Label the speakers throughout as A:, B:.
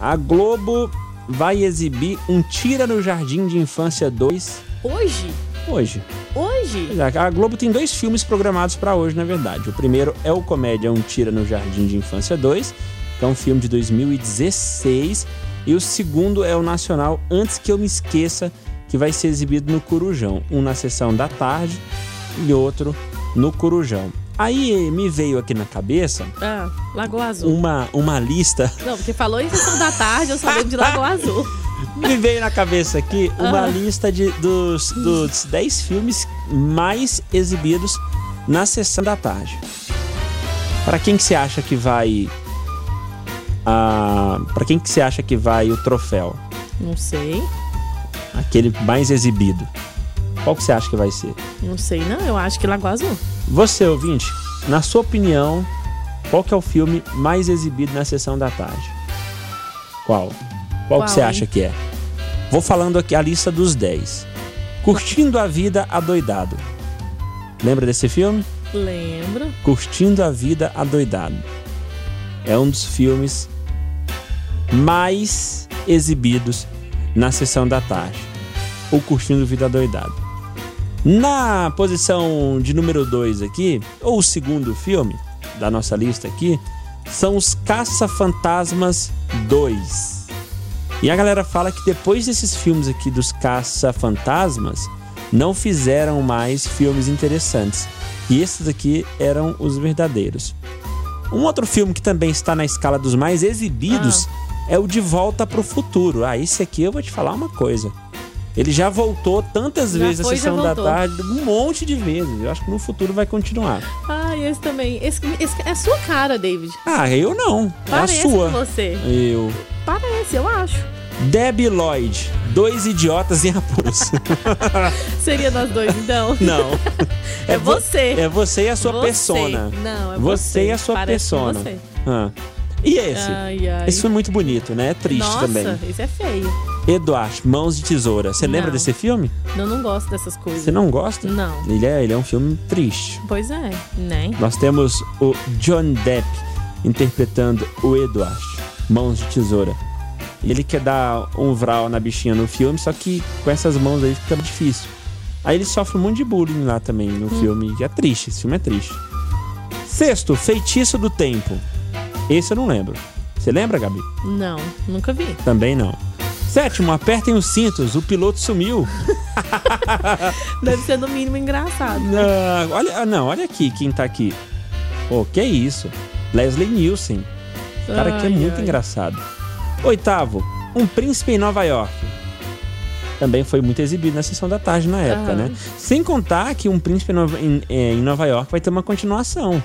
A: A Globo vai exibir Um Tira no Jardim de Infância 2
B: Hoje?
A: hoje.
B: Hoje?
A: Pois é, A Globo tem dois filmes programados pra hoje, na verdade. O primeiro é o comédia Um Tira no Jardim de Infância 2, que é um filme de 2016. E o segundo é o nacional Antes Que Eu Me Esqueça, que vai ser exibido no Corujão. Um na sessão da tarde e outro no Corujão. Aí me veio aqui na cabeça
B: Ah, Lagoa Azul.
A: uma, uma lista
B: Não, porque falou em sessão da tarde, eu só lembro de Lagoa Azul.
A: Me veio na cabeça aqui uma
B: Ah.
A: lista de, dos, dos 10 filmes mais exibidos na sessão da tarde. Pra quem que você acha que vai. Ah, para quem que você acha que vai o troféu?
B: Não sei,
A: Aquele mais exibido. Qual que você acha que vai ser?
B: não sei não, eu acho que Lagoa Azul.
A: Você, ouvinte, na sua opinião, qual que é o filme mais exibido na sessão da tarde? Qual? Qual,
B: Qual,
A: que você
B: hein?
A: acha que é? Vou falando aqui a lista dos 10. Curtindo a Vida Adoidado. Lembra desse filme?
B: Lembro.
A: Curtindo a Vida Adoidado. É um dos filmes mais exibidos na sessão da tarde. O Curtindo Vida Adoidado. Na posição de número 2 aqui, ou o segundo filme da nossa lista aqui, são os Caça-Fantasmas 2. E a galera fala que depois desses filmes aqui dos Caça-Fantasmas, não fizeram mais filmes interessantes. E esses aqui eram os verdadeiros. Um outro filme que também está na escala dos mais exibidos é o De Volta para o Futuro. Ah, esse aqui eu vou te falar uma coisa. Ele já voltou tantas
B: Já
A: vezes na
B: foi, já
A: sessão da
B: voltou.
A: tarde, um monte de vezes. Eu acho que no futuro vai continuar.
B: Ai, Ah, esse também. Esse, esse é a sua cara, David.
A: Ah, eu não.
B: Parece
A: é a sua.
B: com você.
A: Eu.
B: Parece, eu acho.
A: Debbie Lloyd, dois idiotas em Apuros.
B: Seria nós dois, então.
A: não.
B: É,
A: vo-
B: você.
A: É você e a sua
B: Você.
A: persona.
B: Não, é
A: Você
B: você.
A: e a sua
B: Parece com
A: persona.
B: você.
A: Ah. E esse?
B: Ai, ai.
A: Esse foi muito bonito, né? É triste
B: Nossa,
A: também.
B: isso é feio.
A: Eduardo, Mãos de Tesoura. Você lembra
B: Não.
A: desse filme?
B: Eu não gosto dessas coisas.
A: Você não gosta?
B: Não.
A: Ele é, ele é um filme triste.
B: Pois é, né?
A: Nós temos o John Depp interpretando o Eduardo, Mãos de Tesoura. Ele quer dar um vral na bichinha no filme, só que com essas mãos aí fica difícil. Aí ele sofre um monte de bullying lá também no filme. E é triste, esse filme é triste. Sexto, Feitiço do Tempo. Esse eu não lembro. Você lembra, Gabi?
B: Não, nunca vi.
A: Também não. Sétimo, apertem os cintos, o piloto sumiu.
B: Deve ser no mínimo engraçado.
A: Não, olha, ah, não, olha aqui quem tá aqui. Pô, que isso? Leslie Nielsen. O cara aqui é
B: Ai,
A: muito
B: ai.
A: engraçado. Oitavo, Um Príncipe em Nova York. Também foi muito exibido na sessão da tarde na época,
B: Aham.
A: né? Sem contar que Um Príncipe em Nova, em- eh, em Nova York vai ter uma continuação.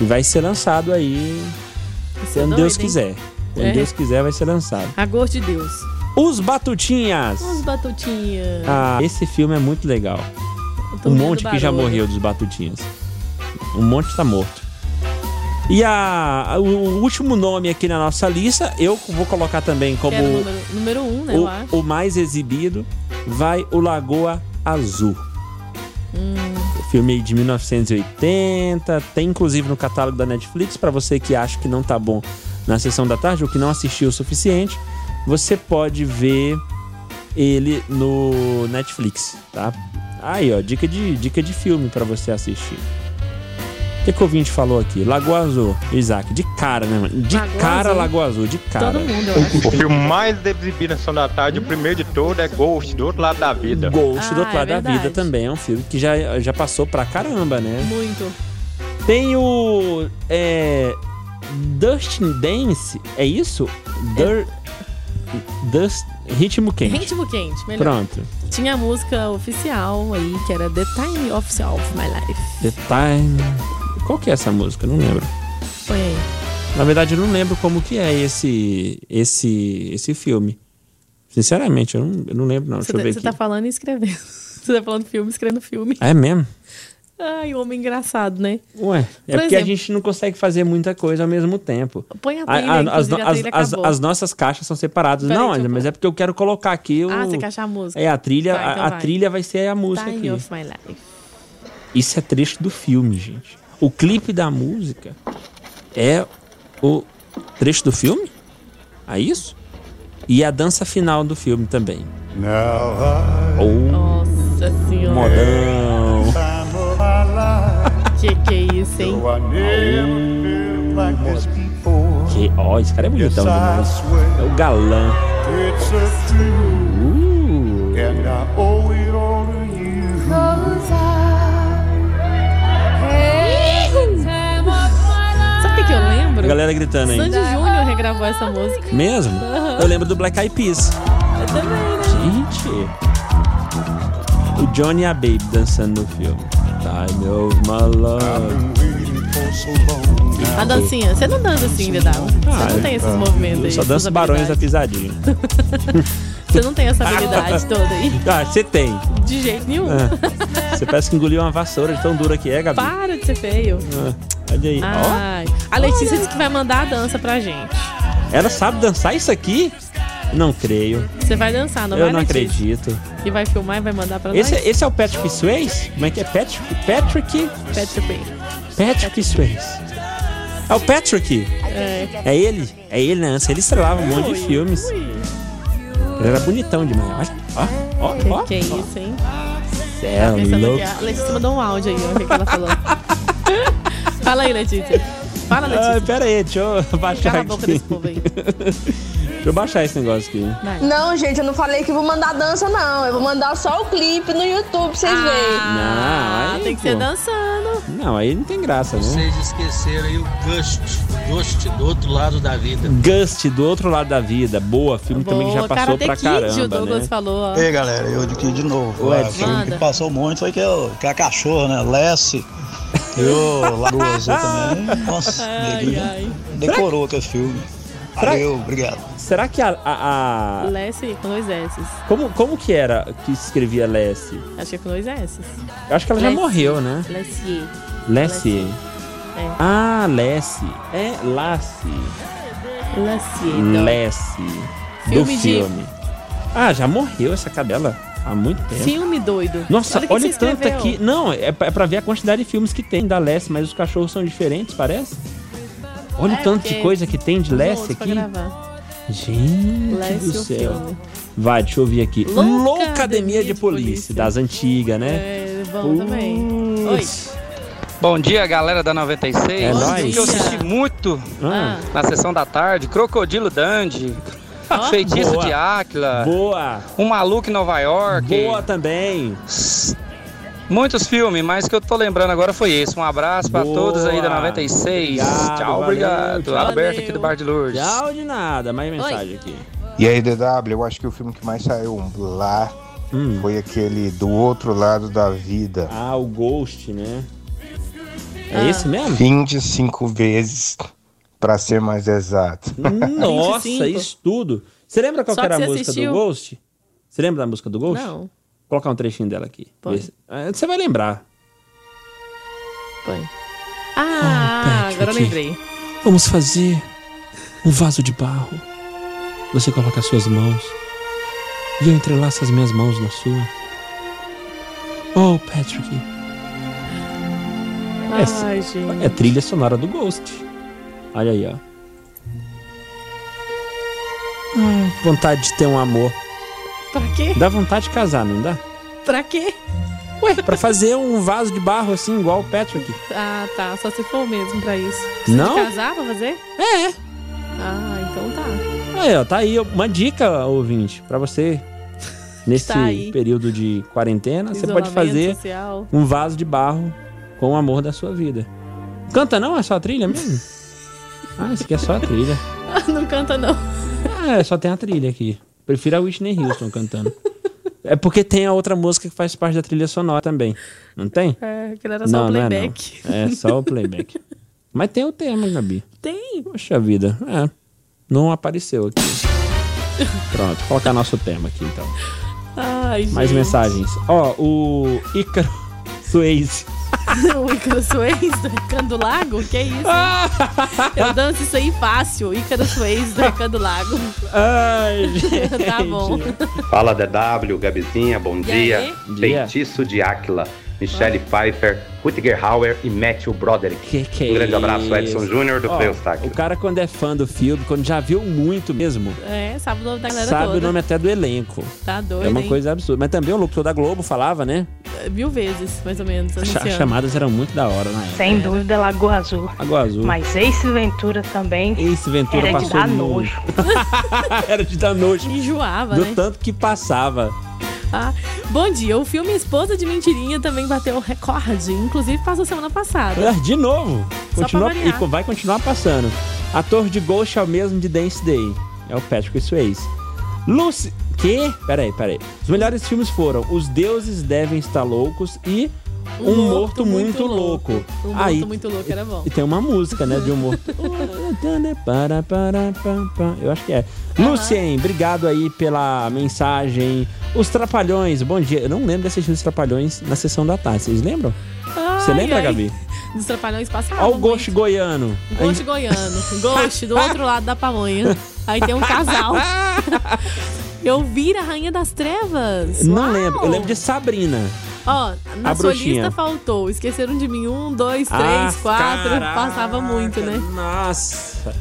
A: E vai ser lançado aí,
B: Isso é
A: quando
B: doido,
A: Deus
B: hein?
A: quiser. Quando
B: É.
A: Deus quiser, vai ser lançado.
B: A gosto de Deus.
A: Os Batutinhas.
B: Uns batutinhas.
A: Ah, esse filme é muito legal.
B: Eu tô
A: Um
B: ouvindo
A: monte que já
B: barulho.
A: morreu dos Batutinhas. Um monte tá morto. E a, a- o o último nome aqui na nossa lista, eu vou colocar também
B: Que
A: como
B: era o número, número um, né, eu acho.
A: o, o mais exibido, vai o Lagoa Azul.
B: Hum.
A: O Filme de 1980, tem inclusive no catálogo da Netflix, pra você que acha que não tá bom na sessão da tarde ou que não assistiu o suficiente, você pode ver ele no Netflix, tá? Aí, ó, dica de, dica de filme pra você assistir. O que, que o ouvinte falou aqui? Lagoa Azul, Isaac, de cara, né, mano? De
B: Lagoa
A: cara,
B: Azul.
A: Lagoa Azul, de cara.
B: Todo mundo, eu
A: Eu
B: acho.
A: curti
C: O filme mais exibido na Sessão da Tarde, o primeiro de todo, é Ghost, do outro lado da vida.
A: Ghost
B: Ah,
A: do outro
B: é
A: lado da vida
B: verdade.
A: também é um filme que já, já passou pra caramba, né?
B: Muito.
A: Tem o. É, Dustin Dance, é isso? Dur, Dust, ritmo quente.
B: É. Ritmo quente, melhor.
A: Pronto.
B: Tinha a música oficial aí, que era The Time of of My Life.
A: The Time. Qual que é essa música? Eu Não lembro.
B: Põe aí.
A: Na verdade, eu não lembro como que é esse esse esse filme. Sinceramente, eu não, eu não lembro, não. Deixa
B: Você
A: eu
B: tá-
A: ver
B: você
A: aqui.
B: tá falando e escrevendo. Você tá falando filme, escrevendo filme.
A: Ah, É mesmo?
B: Ai, o homem engraçado, né?
A: Ué, é
B: Por
A: porque a
B: exemplo-
A: gente não consegue fazer muita coisa ao mesmo tempo.
B: Põe a
A: A-
B: trilha,
A: a- as, no-
B: inclusive, a trilha
A: as- as-
B: acabou.
A: as nossas caixas são separadas.
B: Peraí,
A: não,
B: deixa eu
A: mas é porque eu quero colocar aqui o.
B: Ah, você quer achar a música?
A: É, a trilha,
B: Tá,
A: a-
B: então
A: a,
B: vai. Tá
A: trilha vai ser a música
B: Time
A: aqui.
B: of My Life.
A: Isso é trecho do filme, gente. O clipe da música é o trecho do filme? a isso. E a dança final do filme também.
D: Now I
A: Ou
B: Nossa senhora.
A: modão.
D: time of my life,
B: Que que é isso, hein?
D: though I never felt like this before.
A: Que, ó, esse cara é
D: Yes,
A: bonitão
D: I
A: demais. É
D: swear
A: o galã.
D: it's a truth,
A: Uh,
D: and I owe it all to you.
B: Sabe o que, que eu
A: a
B: lembro?
A: galera gritando aí.
B: Sandy Júnior regravou essa música.
A: Mesmo? Eu lembro do Black Eyed Peas.
B: Eu também, né?
A: Gente. O Johnny e a Baby dançando no filme. Time of my love.
D: Been waiting for so long now.
B: A dancinha. Você não dança assim, Vidal. Você
A: Ah,
B: não tem esses movimentos aí.
A: Só
B: essas
A: dança Barões da
B: habilidades.
A: Pisadinha.
B: Você não tem essa habilidade toda aí.
A: Ah, você tem.
B: De jeito nenhum.
A: É. Você parece que engoliu uma vassoura de tão dura que é, Gabi.
B: Para de ser feio.
A: Ah, Olha aí. Ó,
B: Ai. A Letícia disse que vai mandar a dança pra gente.
A: ela sabe dançar isso aqui? Não creio.
B: Você vai dançar, não
A: Eu
B: vai,
A: não
B: Letícia?
A: acredito.
B: E vai filmar e vai mandar pra
A: Esse,
B: nós?
A: esse é o Patrick Swayze? Como é que é? Patrick? Patrick?
B: Pet Bay.
A: Patrick Swayze. É o Patrick.
B: É.
A: É ele. É ele, né? Antes Ele estrelava um monte de
B: Ui,
A: filmes.
B: ui.
A: Ele era bonitão demais. Olha, Ó, ó, ó.
B: Que é isso, hein?
A: Cê é
B: Tá Pensando
A: louco.
B: que a Letícia mandou um áudio aí, ó, o que que ela falou. Fala aí, Letícia. Fala,
A: Ah,
B: Letícia.
A: pera aí, deixa eu
B: Cala
A: baixar
B: a boca
A: aqui.
B: desse povo aí.
A: Deixa eu baixar esse negócio aqui.
E: Não, gente, eu não falei que vou mandar dança, não. Eu vou mandar só o clipe no YouTube pra vocês
A: Ah.
E: verem.
A: Não, aí,
B: Ah, tem que ser
A: pô.
B: dançando.
A: Não, aí não tem graça, né?
F: Vocês esqueceram aí o Gust, Gust do outro lado da vida.
A: Gust, do outro lado da vida. Boa, filme também que já passou
B: Karate
A: pra
B: Kid,
A: caramba,
B: o Douglas
A: né?
B: falou, ó.
G: E aí, galera, eu aqui de novo.
A: Ué,
G: Ah, o filme
B: manda.
G: que passou muito foi que, o- que a cachorra, né? Lessie e o Lagoa Azul também. Nossa,
B: Ai,
G: neguinho
B: ai.
G: decorou aquele filme.
A: Será-
G: Valeu, obrigado.
A: Será que a... a- a-
B: Lessie com dois S's.
A: Como, como que era que escrevia Lessie?
B: Acho que é com dois S's.
A: Eu acho que ela já
B: Lessie.
A: morreu, né?
B: Lessie.
A: Lessie.
B: É.
A: Ah, Lessie. É Lassie.
B: Lessie. então.
A: Lessie. Do
B: Filme de-
A: filme. Ah, já morreu essa cadela há muito tempo.
B: Filme doido.
A: Nossa,
B: o que
A: olha, o
B: você
A: tanto
B: escreveu.
A: aqui. Não, é pra, é pra ver a quantidade de filmes que tem da Lessie, mas os cachorros são diferentes, parece. Olha
B: É,
A: o tanto de
B: porque
A: coisa que tem de
B: Tem
A: Lessie
B: outro pra
A: aqui.
B: gravar.
A: Gente do
B: Lessie, o
A: céu.
B: filme.
A: Vai, deixa eu ver aqui.
B: Loucademia
A: Loucademia de
B: de Polícia.
A: Polícia, das antigas, né?
B: É, bom também. Oi.
A: Putz.
H: Bom dia, galera da 96.
A: É
H: Um
A: nóis.
H: filme que eu assisti muito
A: Ah,
H: na sessão da tarde. Crocodilo Dandy,
B: Ó.
H: Feitiço
A: Boa.
H: de
B: Ah.
H: Áquila,
A: Boa!
H: Um Maluco em Nova York.
A: Boa também!
H: Muitos filmes, mas o que eu tô lembrando agora foi esse. Um abraço pra
A: Boa.
H: todos aí da 96.
A: Obrigado,
H: tchau,
A: valeu,
H: obrigado.
A: tchau.
H: Alberto
B: Valeu.
H: aqui do Bar de Lourdes.
A: Tchau de nada, mais mensagem aqui.
I: E aí, DW, eu acho que o filme que mais saiu lá
A: Hum.
I: foi aquele Do Outro Lado da Vida.
A: Ah, o Ghost, né? É
B: Ah.
A: esse mesmo?
I: 25 vezes, pra ser mais exato.
A: Nossa,
B: 25.
A: isso tudo. Você lembra qual
B: Só
A: que era
B: que
A: a
B: você
A: música
B: assistiu?
A: do Ghost? Você lembra da música do Ghost?
B: Não,
A: Vou colocar um trechinho dela aqui.
B: Põe.
A: Esse- é, Você vai lembrar.
B: foi. Ah,
A: Patrick.
B: agora eu lembrei.
A: É Vamos fazer um vaso de barro. Você coloca as suas mãos e eu entrelaço as minhas mãos na sua. Oh, Patrick. É,
B: Ai, gente.
A: é trilha sonora do Ghost. Olha aí, ó. Ai, que vontade de ter um amor.
B: Pra quê?
A: Dá vontade de casar, não dá?
B: Pra quê?
A: Ué, pra fazer um vaso de barro assim, igual o Patrick.
B: Ah, tá. Só se for mesmo pra isso.
A: Não?
B: De casar pra fazer?
A: É.
B: Ah, então tá.
A: Aí, ó, tá aí uma dica, ouvinte, pra você. Nesse
B: Tá aí.
A: período de quarentena, você pode
B: Isolamento
A: fazer
B: Social.
A: um vaso de barro com o amor da sua vida. Canta não? É só a trilha mesmo? Ah, isso aqui é só a trilha.
B: Não canta, não.
A: Ah, é, só tem a trilha aqui. Prefiro a Whitney Houston cantando. É porque tem a outra música que faz parte da trilha sonora também. Não tem?
B: É, aquilo era só um
A: não,
B: playback.
A: Não é, não. é só o playback. Mas tem o tema, Gabi.
B: Tem.
A: Poxa vida, é. Não apareceu aqui. Pronto, vou colocar nosso tema aqui então.
B: Ai, gente.
A: Mais mensagens. Ó, o Ícaro Suez.
B: o Ícaro Suez do Recanto do Lago? Que isso?
A: Ah!
B: hein? Eu danço isso aí fácil. Ícaro Suez do Recanto do Lago.
A: Ai, gente.
B: Tá bom.
J: Fala DW, Gabizinha, bom
B: E aí?
J: dia.
A: Dia.
J: Feitiço de Áquila. Michelle Pfeiffer, Rutger Hauer e Matthew Broderick.
A: Que que é
J: um grande abraço, Edson
A: isso?
J: Júnior do
A: Ó,
J: Freustak.
A: O cara, quando é fã do filme, quando já viu muito mesmo,
B: É, sabe o nome da galera
A: sabe
B: toda.
A: o nome até do elenco.
B: Tá doido,
A: é uma
B: hein?
A: coisa absurda. Mas também o locutor da Globo falava, né?
B: Mil vezes, mais ou menos,
A: As
B: anunciando.
A: chamadas eram muito da hora na época.
K: Sem dúvida, Lagoa Azul.
A: Água Azul.
K: Mas Ace Ventura também.
A: Ace Ventura
K: era de
A: passou
K: dar
A: muito.
K: nojo.
A: Era de dar nojo.
B: Enjoava,
A: Do
B: né?
A: tanto que passava.
B: Ah, bom dia, o filme Esposa de Mentirinha também bateu um recorde, inclusive passou semana passada.
A: Ah, De novo.
B: Só
A: Continua,
B: pra variar.
A: e co- vai continuar passando. Ator de Ghost é o mesmo de Dance Day. É o Patrick Swayze. Lucy... Que? Peraí, peraí. Os melhores filmes foram Os Deuses Devem Estar Loucos e Um, Morto, Muito, Louco.
B: Um
A: Aí,
B: morto muito louco, era bom.
A: E tem uma música, né, de Um Morto... Para, para, pam, pam. Eu acho que é. Lucien, obrigado aí pela mensagem. Os Trapalhões, bom dia. Eu não lembro de assistir Os Trapalhões na sessão da tarde. Vocês lembram? Você
B: Ai,
A: lembra,
B: ai.
A: Gabi?
B: Dos Trapalhões passavam.
A: Olha o
B: muito.
A: Ghost Goiano. A
B: Ghost Um goiano. Ghost, do outro lado da pamonha. Aí tem um casal. Eu vi a Rainha das Trevas.
A: Não
B: Uau!
A: lembro. Eu lembro de Sabrina.
B: Ó, na
A: A
B: sua
A: bruxinha.
B: lista faltou. Esqueceram de mim. Um, dois, três,
A: Ah,
B: quatro.
A: caraca,
B: Passava muito, né?
A: Nossa.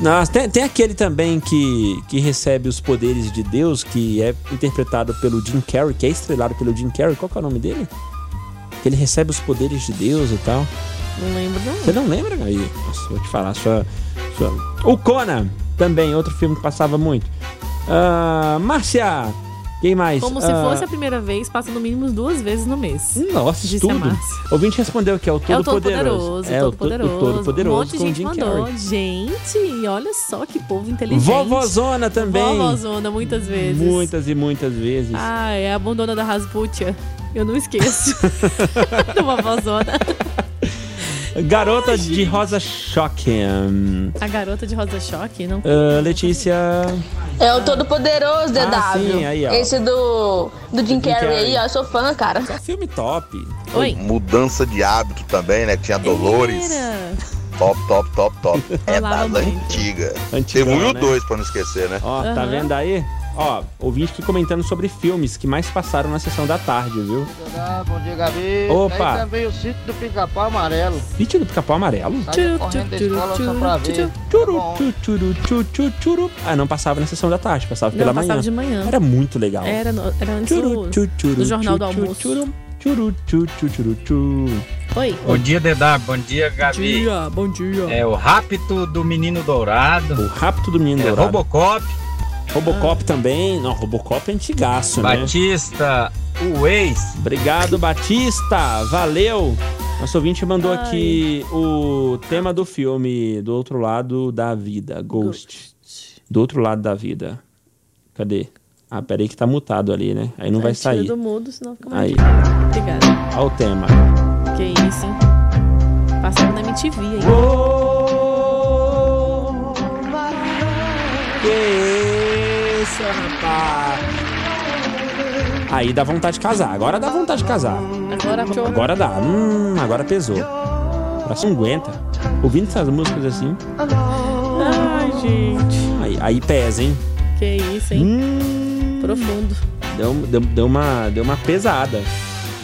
A: Nossa, tem, tem aquele também que, que recebe os poderes de Deus, que é interpretado pelo Jim Carrey, que é estrelado pelo Jim Carrey. Qual que é o nome dele? Que ele recebe os poderes de Deus e tal.
B: Não lembro, não.
A: Você não lembra, Gabi? Nossa, vou te falar. Sua, sua... O Conan, também, outro filme que passava muito. Ah, Márcia, quem mais?
B: Como
A: Ah,
B: se fosse a primeira vez, passa no mínimo duas vezes no mês.
A: Nossa,
B: Disse a
A: tudo.
B: Márcia.
A: O ouvinte respondeu que é o Todo
B: é o Todo
A: Poderoso.
B: Poderoso.
A: É
B: o
A: o
B: Todo
A: to- o
B: Poderoso.
A: Todo Poderoso
B: Um monte de
A: com
B: gente
A: Jim
B: mandou.
A: Carrey.
B: Gente, olha só que povo inteligente.
A: Vovozona também.
B: Vovozona, muitas vezes.
A: Muitas e muitas vezes.
B: Ah, é a bundona da Rasputia. Eu não esqueço. Do vovozona.
A: Ah, Garota de Rosa Choque. Hum.
B: A garota de Rosa Choque, não?
A: Ah, Letícia.
E: É o Todo-Poderoso, DW.
A: Ah, sim, aí, ó.
E: Esse do, do Jim
A: Jim
E: Carrey aí,
A: Carrey.
E: ó. Eu sou fã, cara.
A: É um Filme top.
B: Oi.
L: Mudança de hábito também, né? Tinha Dolores.
B: Era.
L: Top, top, top, top. É
B: Falava
L: das
B: muito.
L: antigas.
A: Antigão,
L: Tem um e o
A: né?
L: dois pra não esquecer, né?
A: Ó, tá
B: Aham.
A: vendo aí? Ó, ouvinte aqui comentando sobre filmes que mais passaram na sessão da tarde, viu?
M: Bom dia, Gabi.
A: Opa.
M: Tem também o sítio do pica-pau amarelo.
A: Sítio do Pica-Pau Amarelo?
M: Saia Tá correndo da escola só
B: É, tá
M: pra ver.
A: Tchuru, tchuru, tchuru, tchuru, tchuru. Ah, não passava na sessão da tarde, passava
B: Não,
A: pela
B: passava
A: manhã.
B: de manhã.
A: Era muito legal.
B: Era, no, era antes
A: Tchuru,
B: do,
A: tchu, tchuru,
B: do Jornal do
A: tchu, tchu,
B: Almoço.
A: tchuru, tchuru, tchu, tchu, tchuru, tchu.
B: Oi.
N: Bom dia, Dedá. Bom dia, Gabi.
B: bom dia.
N: É o Rapto do Menino Dourado.
A: O Rapto do Menino
N: é,
A: Dourado.
N: Robocop.
A: Robocop
B: Ah.
A: também. Não, Robocop é antigaço, né?
N: Batista. O ex.
A: Obrigado, Batista. Valeu. Nosso ouvinte mandou
B: Ai.
A: aqui o tema do filme Do Outro Lado da Vida, Ghost. Do Outro Lado da Vida. Cadê? Ah, peraí que tá mutado ali, né? Aí não vai
B: Tá, Tira
A: sair.
B: do mudo, senão fica mais
A: Aí.
B: difícil. Obrigada.
A: Olha o tema.
B: Que isso, hein? Passava na MTV aí.
A: Que isso, rapaz? Aí dá vontade de casar. Agora dá vontade de casar.
B: Agora show.
A: Agora dá. Hum, agora pesou. Agora você não aguenta. Ouvindo essas músicas assim.
B: Ai, gente.
A: Aí, aí pesa, hein? Hum,
B: Que isso, hein? Profundo.
A: Deu, deu, deu uma, deu uma pesada.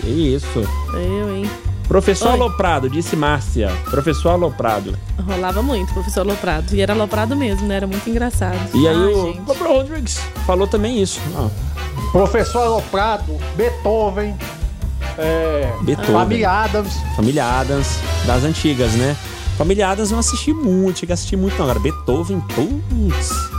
A: Que isso.
B: Eu, hein?
A: Professor
B: Oi.
A: Aloprado, disse Márcia. Professor Aloprado.
B: Rolava muito, professor Loprado. E era Loprado mesmo, né? Era muito engraçado.
A: E aí
B: Ai,
A: o
B: Ah, gente.
A: Gabriel Rodrigues falou também isso. Ó,
O: Professor Aloprado, Beethoven, é,
A: Beethoven.
O: Família Adams.
A: Família Adams, das antigas, né? Família Adams não assisti muito, cheguei a assistir muito não. Agora, Beethoven, putz.